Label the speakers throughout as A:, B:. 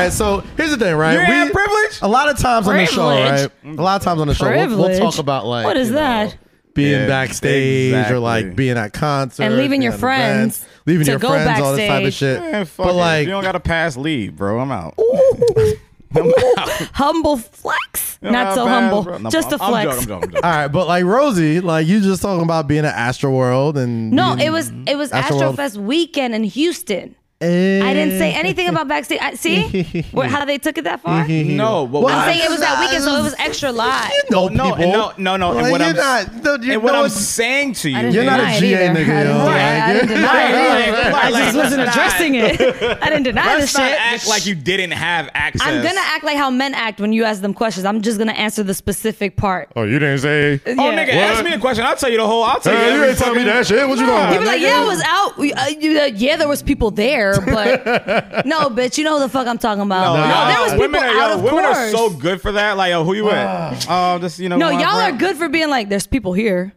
A: And so here's the thing, right?
B: You ain't have privilege?
A: A lot of times on the show,
C: Privilege?
A: right? A lot of times on the show, we'll- we'll,
C: Privilege?
A: talk about like
C: What is
A: you know,
C: that?
A: being
B: Yeah,
A: backstage or
B: exactly.
A: like being at concerts
C: And leaving your
A: at
C: friends
A: events, leaving
C: to
A: your
C: go
A: friends, all this type of
C: backstage.
A: shit.
B: Man, Eh, fuck
A: but
B: it.
A: like,
B: you don't got to pass leave, bro. I'm out.
C: humble flex.
B: You don't
C: Not
B: gotta
C: so
B: pass,
C: humble.
B: bro. No,
C: Just
B: I'm-
C: a
B: I'm
C: flex.
B: joking, I'm joking, I'm joking.
A: all right, but like Rosie, like you just talking about being at Astroworld and
C: No,
A: being-
C: it was it was
A: Astroworld.
C: Astrofest weekend in Houston. I didn't say anything about backstage. I, see Where- how they took it that far. I'm
B: No, but
A: Well,
C: saying it was that weekend, so it was extra live.
A: You know
B: No,
A: people.
B: no, no, no, and
A: Like,
B: what
A: you're
B: I'm-
A: not, no, you
B: and what
A: know
B: I'm
A: it's-
B: saying to you,
A: You're not
C: deny
A: a
C: it
A: GA
C: either.
A: nigga,
C: I didn't
A: yo.
C: deny it. I didn't deny it
B: Right,
C: either.
B: right,
C: I
B: right.
C: just wasn't
B: Let's
C: addressing it. I didn't deny
B: let's
C: this
B: not
C: shit.
B: act like you didn't have access.
C: I'm gonna act like how men act when you ask them questions. I'm just gonna answer the specific part.
D: Oh, you didn't say.
B: Oh,
C: Yeah.
B: nigga, ask me a question. I'll tell you the whole. I'll tell you.
D: Hey, you
B: every
D: ain't tell me
B: fucking-
D: that shit. What you
B: Nah.
D: doing?
C: You'd be like, yeah, I was out. We- uh, you- uh, yeah, there was people there, but no, bitch, you know who the fuck I'm talking about. No,
B: Y'all-
C: there was people
B: women are,
C: out
B: yo,
C: of
B: women
C: course.
B: are so good for that. Like, yo, who you with? Oh, just you know.
C: no,
B: my
C: y'all are
B: friend.
C: good for being like, there's people here.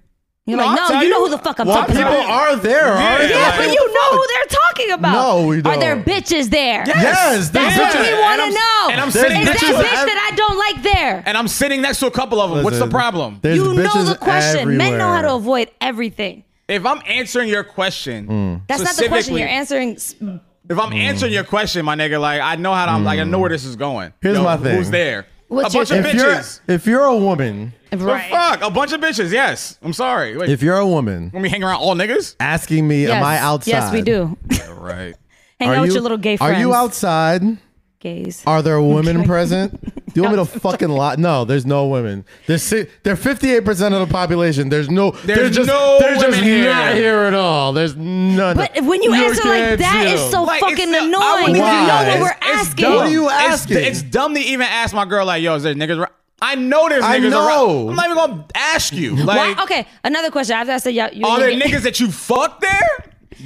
C: You're
B: No,
C: like,
B: I'll
C: no,
B: tell
C: you know
B: you.
C: who the fuck I'm
B: Well,
C: talking
A: People
C: about.
A: are there, aren't
B: Yeah,
A: they?
C: yeah,
B: like-
C: but you know who they're talking about.
A: No, we
C: Are
A: don't.
C: there bitches there?
A: Yes, there's
C: That's what
A: bitches.
C: we
B: And
C: want
B: I'm-
C: to know.
B: and I'm
C: Is
B: sitting
C: that
B: next to
C: bitch
B: a-
C: that I don't like there?
B: And I'm sitting next to a couple of them. What's the
A: Listen,
B: problem?
A: There's
C: you know
A: bitches
C: the question. Men know how to
A: everywhere.
C: avoid everything.
B: If I'm answering your question,
A: Mm.
C: That's not the question.
B: Specifically-
C: You're answering. s-
B: if I'm answering your question, my nigga, like I know how to, I'm like I know where this is going.
A: Mm. Here's
B: Yo,
A: my thing.
B: Who's there?
C: What's
B: a bunch
C: your-
B: of
A: If you're,
B: bitches.
A: if you're a woman,
C: Right.
B: The fuck, a bunch of bitches. Yes, I'm sorry. Wait,
A: if you're a woman
B: when we hang around all niggas,
A: asking me,
C: Yes.
A: am I outside?
C: Yes, we do.
B: right?
C: Hang
A: Are
C: out
A: you,
C: with your little gay friends.
A: Are you outside?
C: Gays.
A: Are there women present? Do you want me to fucking lie? No, there's no women. There's si- they're 58 percent of the population. There's no. they're
B: There's
A: just,
B: no
A: They're just
B: women here.
A: not here at all. There's none.
C: But when you
A: You're
C: answer like
A: dead
C: that, it's
A: zero.
C: so
B: Like, it's
C: fucking
B: not- I
C: annoying.
B: wouldn't
C: 'cause
A: even
C: you know
A: know
C: what
A: it.
C: we're
B: It's
C: asking.
B: dumb.
A: What are you
B: It's-
A: asking?
B: It's, dumb to even ask my girl like, "Yo, is there niggas?" ar- I know there's
A: I
B: niggas
A: know.
B: around. I'm not even gonna ask you.
C: Why-
B: Like,
C: okay, another question. After I said, yeah, you,
B: are there
C: you-
B: niggas that you fuck there?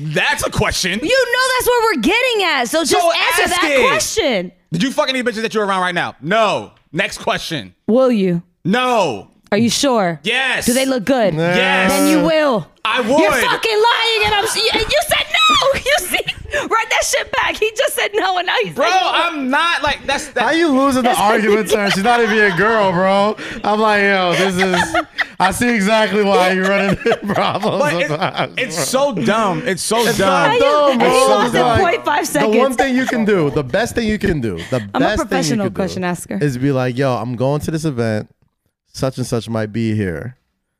B: That's a question.
C: You know that's where we're getting at. So just
B: So
C: answer
B: ask
C: that
B: it.
C: question.
B: Did you fuck any bitches that you're around right now? No. Next question.
C: Will you?
B: No.
C: Are you sure?
B: Yes.
C: Do they look good?
B: Yes.
C: Then you will.
B: I would.
C: You're fucking lying, and I'm. You, and you said no. You see, write that shit back. He just said no, and now he's
B: Bro,
C: saying-
B: I'm not like that's that.
A: How you losing the argument to her? She's not even a girl, bro. I'm like, yo, this is. I see exactly why you're running into problems.
B: but it-
A: sometimes, bro.
B: it's so dumb. It's so dumb.
C: not
A: I'm
C: dumb. And you
A: bro.
C: lost in
A: Like,
C: 0.5 seconds.
A: The one thing you can do, the best thing you can do, the
C: a
A: best thing you
C: professional
A: can
C: question
A: do
C: asker.
A: is be like, yo, I'm going to this event. Such and such might be here.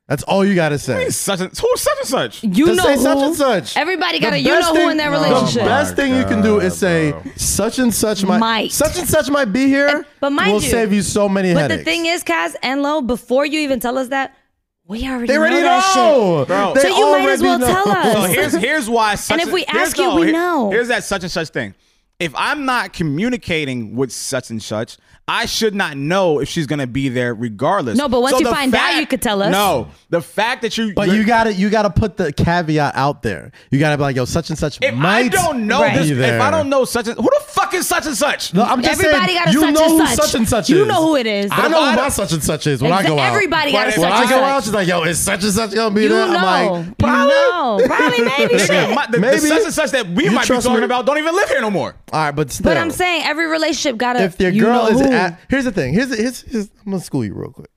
A: That's all you gotta say.
B: Such and, who's such and such?
C: You
A: Just
C: know
A: say
C: who.
A: such and such.
C: Everybody got
A: The
C: a you
A: best
C: know who
A: thing-
C: in their
A: the
C: relationship.
A: best thing you can do is say such and such might,
C: Might.
A: such and such might be here.
C: But mind
A: will
C: you-
A: save you so many
C: But
A: headaches.
C: the thing is, Kaz and Lo, before you even tell us that, we already
A: they already
C: know that shit.
A: know.
B: Bro.
A: They
C: So you might
A: already
C: as well
A: know.
C: tell us.
B: So here's here's why. Such
C: And if we
B: here's-
C: ask you, we
B: here-
C: know.
B: Here's that such and such thing. If I'm not communicating with such and such, I should not know if she's gonna be there, regardless.
C: No, but once you
B: the
C: find out, you could tell us.
B: No, the fact that you,
A: But you gotta you gotta put the caveat out there. You gotta be like, yo, such and such
B: if
A: might.
B: I don't know
C: Right.
B: this,
A: be there.
B: if I don't know such and who the fuck is such and such?
A: No, I'm just
C: Everybody
A: saying,
C: got a
A: you
C: such
A: know
C: and
A: who
C: such.
A: such and such
C: You
A: is.
C: know who it is.
A: I
B: But
A: know
B: if
A: who
B: I
A: my
B: don't-
A: such and such is when I go
C: Exa-
A: out.
C: everybody got
B: But
C: a
B: if
C: such
A: When I
C: and
A: go
C: such.
A: out, she's like, yo, is such and such gonna be
C: you
A: there?
C: know.
A: I'm like,
C: probably. No, probably maybe
B: Nigga,
C: shit.
B: my- the, the
A: Maybe.
B: such and such that we
A: You
B: might be
A: trust
B: talking
A: me?
B: about don't even live here no more.
A: all right, but still.
C: But I'm saying every relationship got a.
A: if your
C: you
A: girl
C: know
A: is
C: who.
A: at, here's the thing. Here's, here's, here's I'm gonna school you real quick.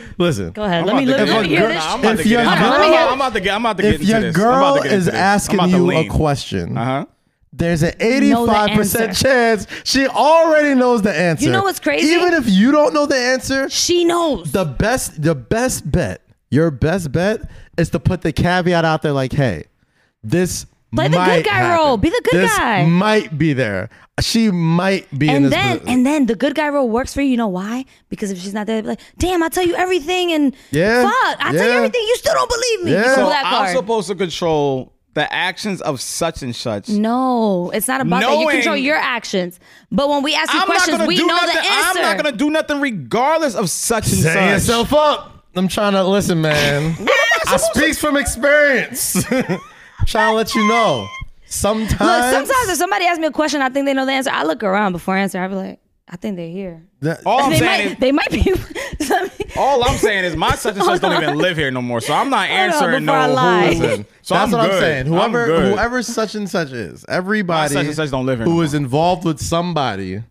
A: Listen,
C: Go
B: I'm
C: ahead. Let
B: about
C: me
B: to
C: let,
B: get-
C: let me hear
A: girl-
C: this.
A: nah,
B: I'm
C: shit.
B: about
A: If
B: to get
A: your
B: into this.
C: girl-
B: I'm about to get. I'm about to get
A: if
B: into
A: your
B: this. I'm about
A: girl
B: to get into
A: is
B: this. I'm
A: asking
B: about to
A: you a
B: lean.
A: question,
B: Uh-huh.
A: there's an
C: Know the
A: 85%
C: answer.
A: chance she already knows the answer.
C: know what's crazy?
A: Even if you don't know the answer,
C: She knows.
A: the best the best bet your best bet is to put the caveat out there like hey this
C: Play the good
A: might
C: guy
A: happen.
C: role. Be the good
A: This
C: guy."
A: might be there she might be in
C: and
A: this
C: then
A: position.
C: and then the good guy role works for you. You know why? Because if she's not there, they'd be like, damn, I tell you everything and
A: Yeah,
C: fuck, I tell you
A: yeah.
C: everything. You still don't believe me. You
A: Yeah.
C: pull
A: So
C: that
B: I'm
C: card.
B: supposed to control the actions of such and such.
C: no, it's not about that. You
B: Knowing-
C: control your actions. But when we ask
B: I'm
C: you
B: not
C: questions,
B: gonna
C: we
B: do
C: know
B: nothing.
C: the answer.
B: I'm not gonna do nothing regardless of such and
A: set
B: such.
A: yourself up i'm trying to listen man i speaks from experience trying to let you know sometimes
C: Look, sometimes if somebody asks me a question, I think they know the answer. I look around before I answer. I be like, I think they're here.
A: that-
B: all I'm
C: they
B: saying
C: might,
B: is,
C: they might be.
B: all I'm saying is my such and such don't even live here no more. So I'm not
C: Hold on,
B: answering
C: before I
B: no
C: lie.
B: who is it. So
A: That's
B: I'm
A: what I'm
B: good.
A: saying. Whoever
B: good.
A: whoever such and such is, everybody
B: My such and such don't live here no
A: who
B: more.
A: is involved with somebody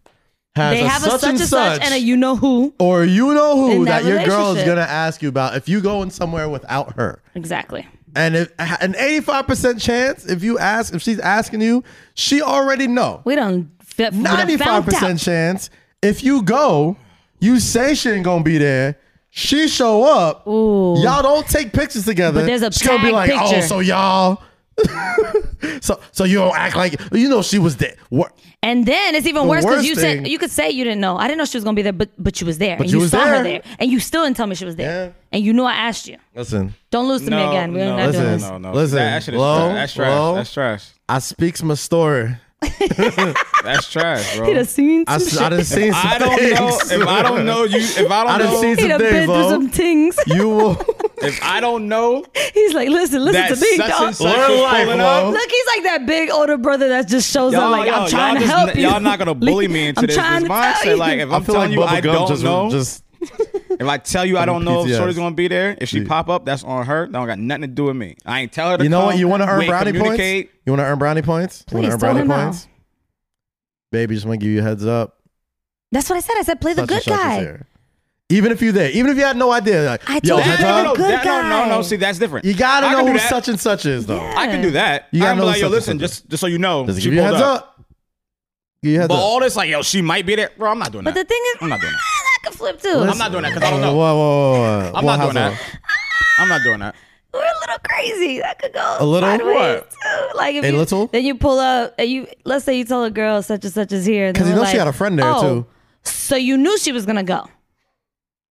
A: has
C: they
A: a
C: have
A: such
C: a such and such and a you know who.
A: or you know who
C: in
A: that,
C: that
A: your girl is
C: relationship.
A: gonna ask you about if you going somewhere without her.
C: Exactly.
A: And if, an 85% chance if you ask if she's asking you, she already know.
C: We don't. Fit,
A: 95% chance if you go, you say she ain't gonna be there. She show up. Y'all don't take pictures together.
C: But there's a
A: She gonna be
C: tag
A: like, oh,
C: picture."
A: so y'all. so so you don't act like you know she was there. What?
C: And then it's even worse
A: worst
C: because you
A: thing-
C: said you could say you didn't know. I didn't know she was gonna be there, but but she was there. and
A: you
C: you
A: was
C: saw
A: there.
C: her there, and you still didn't tell me she was there.
A: Yeah.
C: And you knew I asked you.
A: Listen,
C: Don't lose to me again. We're not
A: listen,
C: doing this.
B: no, no.
A: listen,
B: That, that shit is
A: low,
B: trash. That's trash.
A: low.
B: That's trash.
A: I speaks my story.
B: That's trash, bro.
C: He done seen
A: I,
C: some
A: s- I
C: shit.
A: done seen some
B: I don't know
A: things.
B: if I don't know you. If I don't
A: I done
B: know,
A: seen
C: He
A: some
C: done been
A: things,
C: through
A: low.
C: some things.
A: You will.
B: if I don't know
C: He's like, listen, listen
B: that
C: to me,
B: such
C: dog.
B: and such
A: Learn
B: is
A: life,
B: pulling
A: Lo.
B: up,
C: Look, he's like that big older brother that just shows
B: Y'all-
C: up like
B: y'all-
C: I'm trying
B: y'all
C: to
B: just-
C: help you.
B: y'all not gonna bully me into
C: I'm
B: this,
C: trying
B: this
C: to tell
B: mindset.
C: you.
B: Like if
A: I
B: I'm
A: feel like
B: telling you I
A: Bubba Gum
B: don't
A: just,
B: know,
A: just
B: if I tell you I don't know if
A: PTS.
B: Shorty's gonna be there, if she
A: Yeah.
B: pop up, that's on her. That don't got nothing to do with me. I ain't tell her to
A: You know
B: come.
A: what? You want to earn
B: We ain't
A: brownie points?
B: communicate.
A: You want to earn brownie points? You wanna
C: Please,
A: earn
C: tell
A: brownie
C: her now.
A: points? Baby, just want to give you a heads up.
C: That's what I said. I said play the
A: Such and
C: good
A: such is
C: guy.
A: here. Even if you're there, even if you had no idea, like,
C: I
A: yo,
C: told you
A: heads
C: to
B: That-
C: play the
A: up,
C: good
B: that- no, no, no.
C: guy.
B: See, that's different.
A: you gotta
B: I can
A: know
B: do
A: who
B: that.
A: such and such is, though.
C: Yeah.
B: I can do that.
A: You gotta
B: I'm
A: know
B: like,
A: such
B: yo,
A: and
B: listen,
A: such.
B: just just so you know,
A: Does it
B: she
A: give you a
B: pulled
A: heads
B: up.
A: up? Give you a heads
B: But
A: up.
B: all this, like, yo, she might be there, bro. I'm not doing
C: But the
B: that.
C: thing is,
B: I'm not doing that.
C: I could flip too.
B: I'm not doing that because I
A: Whoa,
B: don't
A: whoa,
B: know.
A: whoa, whoa.
B: I'm
A: Well,
B: not doing
A: how's
B: that. I'm not doing that.
C: We're a little crazy. That could go
A: A little
C: sideways,
A: what?
C: Too. Like if
A: A
C: you,
A: little?
C: Then you pull up. And you let's say you tell a girl such and such is here.
A: 'Cause
C: Because
A: you know she had a friend there, too."
C: "Oh, So you knew she was gonna go.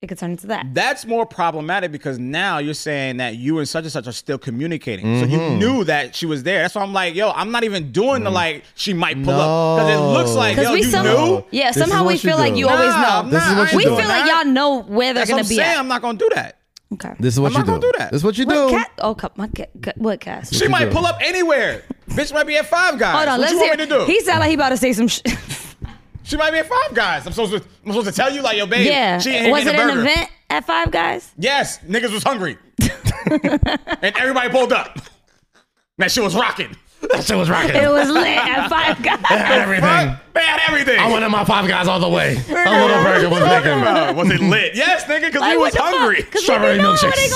C: It could turn into that.
B: That's more problematic because now you're saying that you and such and such are still communicating. So
A: Mm-hmm.
B: you knew that she was there. That's why I'm like, yo, I'm not even doing the like she might pull up because it looks like
A: Mm. No.
B: yo,
C: Because we
B: you
C: some,
B: knew.
C: yeah.
A: This is
C: Somehow
A: what
C: we
A: you
C: feel like
A: do.
C: you always
B: Nah,
C: know.
B: I'm
A: This is
B: not-
A: what you
B: I ain't
C: we
A: doing
B: doing
C: feel like
B: that.
C: y'all know where they're
B: That's what
C: gonna
B: I'm
C: be
B: saying.
C: at.
B: I'm not gonna do that.
C: okay.
A: This is what
B: I'm
A: you
B: not
A: do.
B: gonna do that.
A: This is what you
C: what
A: do.
C: cat? Oh, ca- my cat, ca- what cast?
B: She
A: you
B: might
A: do.
B: pull up anywhere. Bitch might be at Five Guys.
C: Hold on,
B: what
C: let's
B: you
C: hear.
B: want me to do?
C: He sound like he about to say some. Sh-
B: she might be at Five Guys. I'm supposed to. I'm supposed to tell you like, yo, babe.
C: yeah.
B: She ain't
C: Was it
B: eating a
C: an
B: burger.
C: event at Five Guys?
B: Yes, niggas was hungry, and everybody pulled up. That shit was rocking.
A: That shit was rocking.
C: It was lit at Five Guys.
A: Had everything.
B: They had everything.
A: I went in my five guys all the way. A little burger was making.
B: Uh, was it lit? Yes, nigga, because we was hungry.
A: Strawberry
C: Strawberry
A: milkshakes.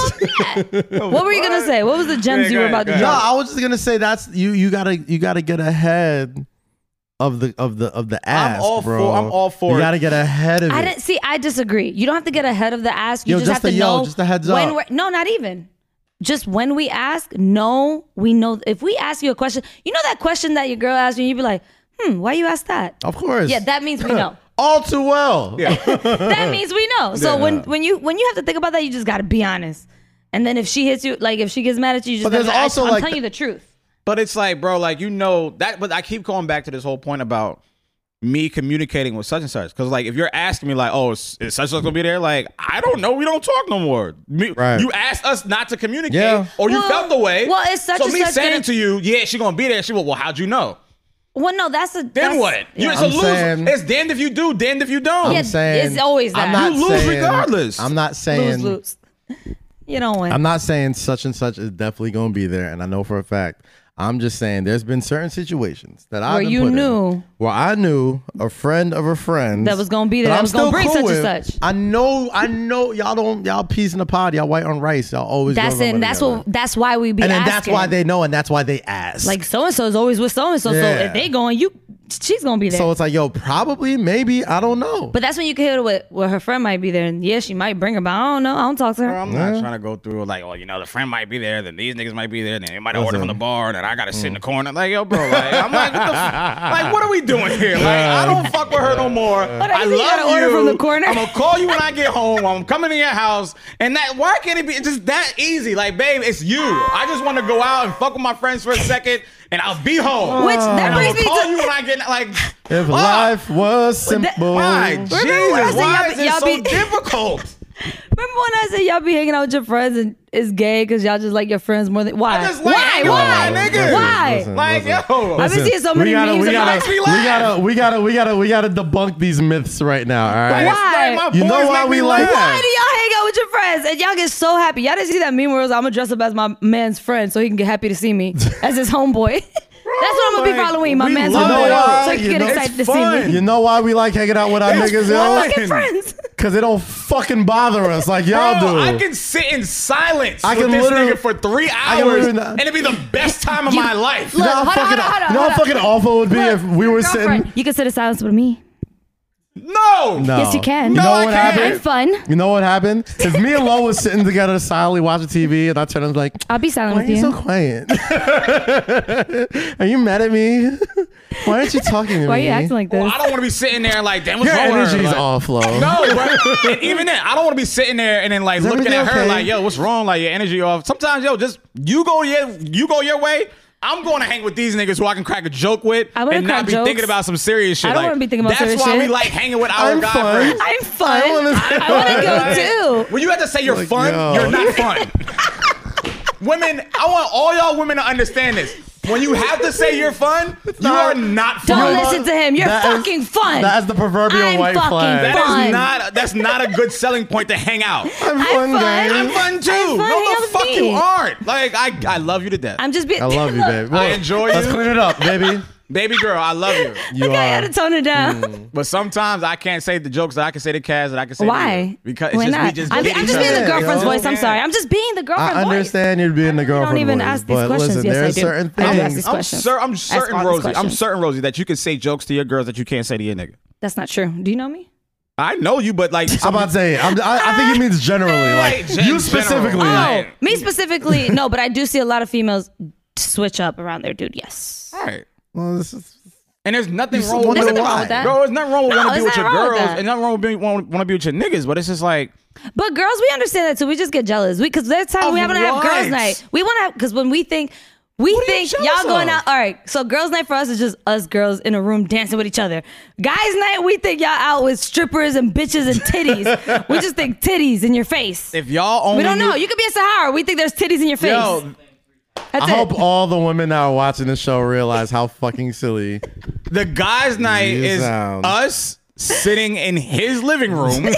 C: milkshakes. what were you gonna say? What was the gems
B: Yeah,
C: you
B: go
C: were about
B: ahead,
C: to
B: go
A: No,
B: ahead.
C: drop?
A: I was just gonna say that's you. You gotta you gotta get ahead of the of the of the ass,
B: all
A: bro.
B: for- I'm all for
A: You
B: it.
A: gotta get ahead of
C: I
A: it.
C: didn't see. I disagree. You don't have to get ahead of the ask. You
A: Yo,
C: just,
A: just
C: have
A: a
C: to
A: yo,
C: know
A: just a heads
C: when
A: up.
C: We're, no, not even. Just when we ask, no, we know. If we ask you a question, you know that question that your girl asked you, and you'd be like, "Hmm, why you ask that?"
A: of course.
C: Yeah, that means we know.
A: all too well.
C: that means we know. So
B: Yeah.
C: when when you when you have to think about that, you just gotta be honest. And then if she hits you, like if she gets mad at you, you just
A: But there's
C: gotta be
A: also,
C: I, I'm
A: like,
C: telling you the truth.
B: But it's like, bro, like you know that. But I keep going back to this whole point about me communicating with such and such. Because like, if you're asking me, like, oh, is, is such and such gonna be there? Like, I don't know. We don't talk no more. Me,
A: Right.
B: You asked us not to communicate,
A: Yeah.
B: or you
C: Well-
B: felt the way.
C: well, it's such
B: so
C: and
B: me
C: such
B: saying
C: gonna-
B: to you, yeah, she gonna be there. She will. Well, how'd you know?
C: Well, no, that's a
B: Then
C: that's,
B: what? You, it's a
A: I'm
B: loser.
A: saying-
B: it's damned if you do, damned if you don't.
A: I'm
C: Yeah,
A: saying
C: it's always
A: I'm
C: that.
A: not
B: You lose
A: saying-
B: regardless.
A: I'm not saying
C: lose lose. You don't win.
A: I'm not saying such and such is definitely going to be there, and I know for a fact. I'm just saying there's been certain situations that I've
C: Where
A: been
C: you
A: put in
C: knew.
A: where I knew a friend of a friend
C: That was gonna be there,
A: that
C: that
A: I'm
C: was gonna
A: still
C: bring
A: cool
C: such and
A: with.
C: such.
A: I know, I know y'all don't y'all peas in the pod, y'all white on rice, y'all always.
C: that's
A: go
C: it.
A: over
C: and That's
A: together.
C: what. That's why we be.
A: and then
C: asking.
A: that's why they know, and that's why they ask.
C: like so and so is always with so and so. So
A: Yeah.
C: if they going, you she's gonna be there.
A: so, it's like yo, probably, maybe, I don't know.
C: but that's when you can hear what well, her friend might be there, and yeah, she might bring her, but I don't know. I don't talk to her.
B: Bro, I'm not trying to go through like, oh, you know, the friend might be there, then these niggas might be there, then they might order from the bar, and then I gotta sit in
A: Mm.
B: the corner. Like, yo, bro, like, I'm like, what the f- like, what are we doing here? Like, I don't fuck with her no more. I
C: you gotta
B: love
C: order
B: you.
C: from the corner?
B: I'm gonna call you when I get home. I'm coming to your house, and that why can't it be just that easy? Like, babe, it's you. I just want to go out and fuck with my friends for a second, and I'll be home.
C: Which that
B: and I'm
C: brings
B: gonna
C: me
B: call
C: to
B: you when I get like.
A: Ah. if
B: fuck.
C: ah!
A: life was simple,
B: my Jesus,
C: Remember when I said
B: why
C: y'all
B: is
C: be-
B: it
C: y'all
B: so
C: be-
B: difficult?
C: Remember when I said y'all be hanging out with your friends and it's gay because y'all just like your friends more than why?
B: I just like
C: why?
B: hanging with
C: Why?
B: my niggas.
C: Why?
A: Listen,
B: Like, yo,
C: I've been seeing so many
A: we gotta,
C: memes.
A: We
C: about-
A: gotta,
B: Makes me
A: we
B: laugh.
A: gotta, we gotta, we gotta, we gotta debunk these myths right now. All right.
C: Why?
B: Like, my
A: You know
B: boys
A: why
B: make
A: we
B: me
A: like-
B: laugh.
C: why do y'all hang out with your friends and y'all get so happy? Y'all didn't see that meme where it was, I'm gonna dress up as my man's friend so he can get happy to see me as his homeboy. That's what I'm gonna be for Halloween. My
B: we
C: man's
B: love
C: gonna
B: it.
C: so I
A: You
C: can get
A: know,
C: excited to
B: it's
C: see
B: fun.
C: me.
A: You know why we like hanging out with our
B: That's
A: niggas,
B: fun.
A: yo?
C: Fucking friends.
A: Because they don't fucking bother us like y'all
B: Bro,
A: do.
B: I can sit in silence
A: I can
B: with this
A: literally-
B: nigga for three
A: can
B: hours,
A: literally not-
B: and it'd be the best time of my life.
A: you know how
C: Look, hold on,
A: fucking,
C: hold on,
A: you know
C: hold on,
A: how
C: hold on.
A: fucking awful it would be
C: Look,
A: if we were
C: girlfriend,
A: sitting.
C: You can sit in silence with me.
B: no,
A: Oh. No.
C: Yes, you can.
A: You
B: No,
A: know
B: I
A: what
B: can't.
C: I'm
A: happened?
C: fun.
A: You know what happened? If me and Lo was sitting together silently watching TV, and I turned and was like,
C: I'll be silent
A: "Why are
C: with you.
A: you so quiet? are you mad at me? Why aren't you talking to
C: Why are
A: me?
C: you acting like
A: Oh,
B: Well,
C: this?
B: I don't want to be sitting there like, damn, what's
A: Your
B: wrong with her?
A: energy's
B: Like,
A: off, Lo.
B: No, bro. and even then, I don't want to be sitting there and then like looking
A: everything
B: at her
A: okay?
B: like, yo, what's wrong? Like your energy off. Sometimes, yo, just you go your you go your way. I'm going to hang with these niggas who I can crack a joke with
C: I wanna
B: and not
C: crack
B: be
C: jokes.
B: thinking about some serious shit.
C: I don't
B: like,
C: wanna be thinking
B: that's
C: about serious
B: why we
C: shit.
B: like hanging with our
A: I'm
B: guy
A: fun.
B: friends.
C: I'm fun.
A: I wanna-
C: I want to go too.
B: When you have to say you're
A: Like,
B: fun,
A: yo.
B: you're not fun. women, I want all y'all women to understand this. When you have to say you're fun, you
A: not-
B: are not fun.
C: Don't
A: You know
C: listen
A: what?
C: to him. You're
A: That is-
C: fucking fun.
A: That is the proverbial
C: I'm
A: white
C: fucking
A: flag.
B: That
C: fun.
B: is not that's not a good selling point to hang out.
A: I'm
C: I'm
A: fun,
C: fun.
A: gang.
B: I'm fun too.
C: I'm fun. Hang
B: No,
C: out
B: the
C: with
B: fuck
C: me.
B: you aren't. Like I, I love you to death,
C: I'm just being.
A: I love you,
C: Look,
A: baby.
B: I
A: Look,
B: enjoy
A: Let's
B: you.
A: clean it up, baby.
B: baby girl. I love you.
A: You
C: Look, I had
A: are. Hmm.
C: to tone it down.
B: But sometimes I can't say the jokes that I can say to Kaz that I can say. to
C: Why?
B: you. Because it's
C: Why
B: just we
C: not?
B: just.
C: I'm,
B: get
C: I'm
B: each
C: just
A: other.
C: being the
A: Oh, Yeah,
C: girlfriend's
A: yo.
C: voice. I'm sorry. I'm just being the girlfriend
A: I understand you're being the girlfriend.
C: don't even
A: voice,
C: ask these
A: but
C: questions.
A: Listen,
C: Yes,
A: there
C: I
A: are
C: do.
A: certain
C: I do ask
A: things.
C: these
B: I'm,
C: questions.
B: cer- I'm
C: Ask
B: certain,
C: all these
B: Rosie. I'm
C: questions.
B: certain, Rosie, that you can say jokes to your girls that you can't say to your nigga.
C: That's not true. Do you know me?
B: I know you, but like,
A: I'm about to say, I'm, I, I think he means generally, like
B: Right, gen-
A: you specifically.
B: general.
C: Oh,
B: Yeah.
C: me specifically, no, but I do see a lot of females switch up around their dude. Yes.
B: all right.
A: Well, this is-
B: And there's nothing
A: just
B: wrong with
A: wonder
C: There's nothing
A: why.
C: wrong with that.
B: Bro, there's nothing wrong with
C: No,
B: want to be
C: there's
B: with your
C: nothing wrong with
B: girls,
C: that.
B: and nothing wrong with being want to be with your niggas. But it's just like,
C: But girls, we understand that too. We just get jealous. We because there's time
B: Of
C: we haven't have
B: what?
C: girls' night. We want to have because when we think we
B: What are you
C: think
B: jealous
C: y'all going
B: of?
C: out. All right, so girls' night for us is just us girls in a room dancing with each other. Guys' night, we think y'all out with strippers and bitches and titties. we just think titties in your face.
B: if y'all only
C: we don't know.
B: knew-
C: You could be a Sahara. We think there's titties in your face.
B: Yo,
C: That's
A: I
C: it.
A: hope all the women that are watching this show realize how fucking silly.
B: The guys' night
A: You
B: is
A: sound-
B: us sitting in his living room,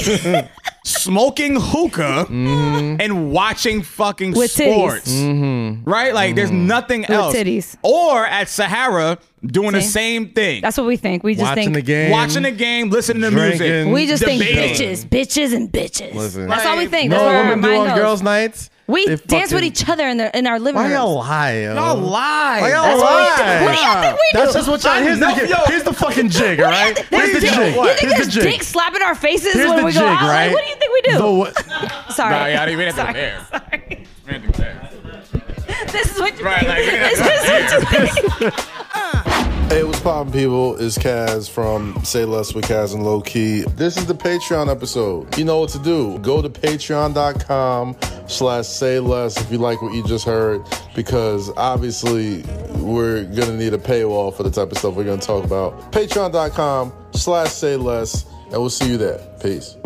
B: smoking hookah,
A: Mm-hmm.
B: and watching fucking
C: With titties.
B: sports. Right? Like, there's
A: Mm-hmm.
B: nothing else.
C: titties.
B: Or at Sahara doing the
C: See?
B: same thing.
C: That's what we think. We just
A: Watching
C: think
A: the game,
B: Watching the game, listening to music.
A: Drinking.
C: We just
B: Debating.
C: think bitches, bitches, and bitches.
A: Listen.
C: That's all we
B: Like,
C: think.
A: No
C: That's where our
A: women do
C: mind
A: on
C: goes.
A: girls' nights.
C: we
A: They
C: dance with
A: fucking-
C: each other in, the, in our living
A: Why
C: room.
A: y'all lie? yo?
B: Oh, Y'all lie.
A: Why y'all
C: That's what we
A: lie?
C: do. What do y'all think we
A: That's
C: do?
A: just what y'all.
B: I
A: Here's
B: know,
A: the,
B: yo.
A: here's the fucking jig, all right?
C: There's
A: Here's the
C: dick-
A: jig.
C: You think
A: Here's
C: there's
A: the
C: dick
A: jig.
C: slapping our faces
A: Here's
C: when
A: the
C: we
A: jig,
C: go out?
A: right?
C: Like, what do you think we do?
A: The wa-
C: Sorry.
B: Nah, y'all didn't even have to
C: Sorry.
B: compare.
C: Sorry.
B: Right,
C: This is what you
B: like,
C: think.
B: yeah.
C: It's just what you think.
D: Hey, what's poppin', people? It's Kaz from Say Less with Kaz and Low Key. This is the Patreon episode. You know what to do. Go to patreon.com slash say less if you like what you just heard, because obviously we're gonna need a paywall for the type of stuff we're gonna talk about. Patreon.com slash say less, and we'll see you there. Peace.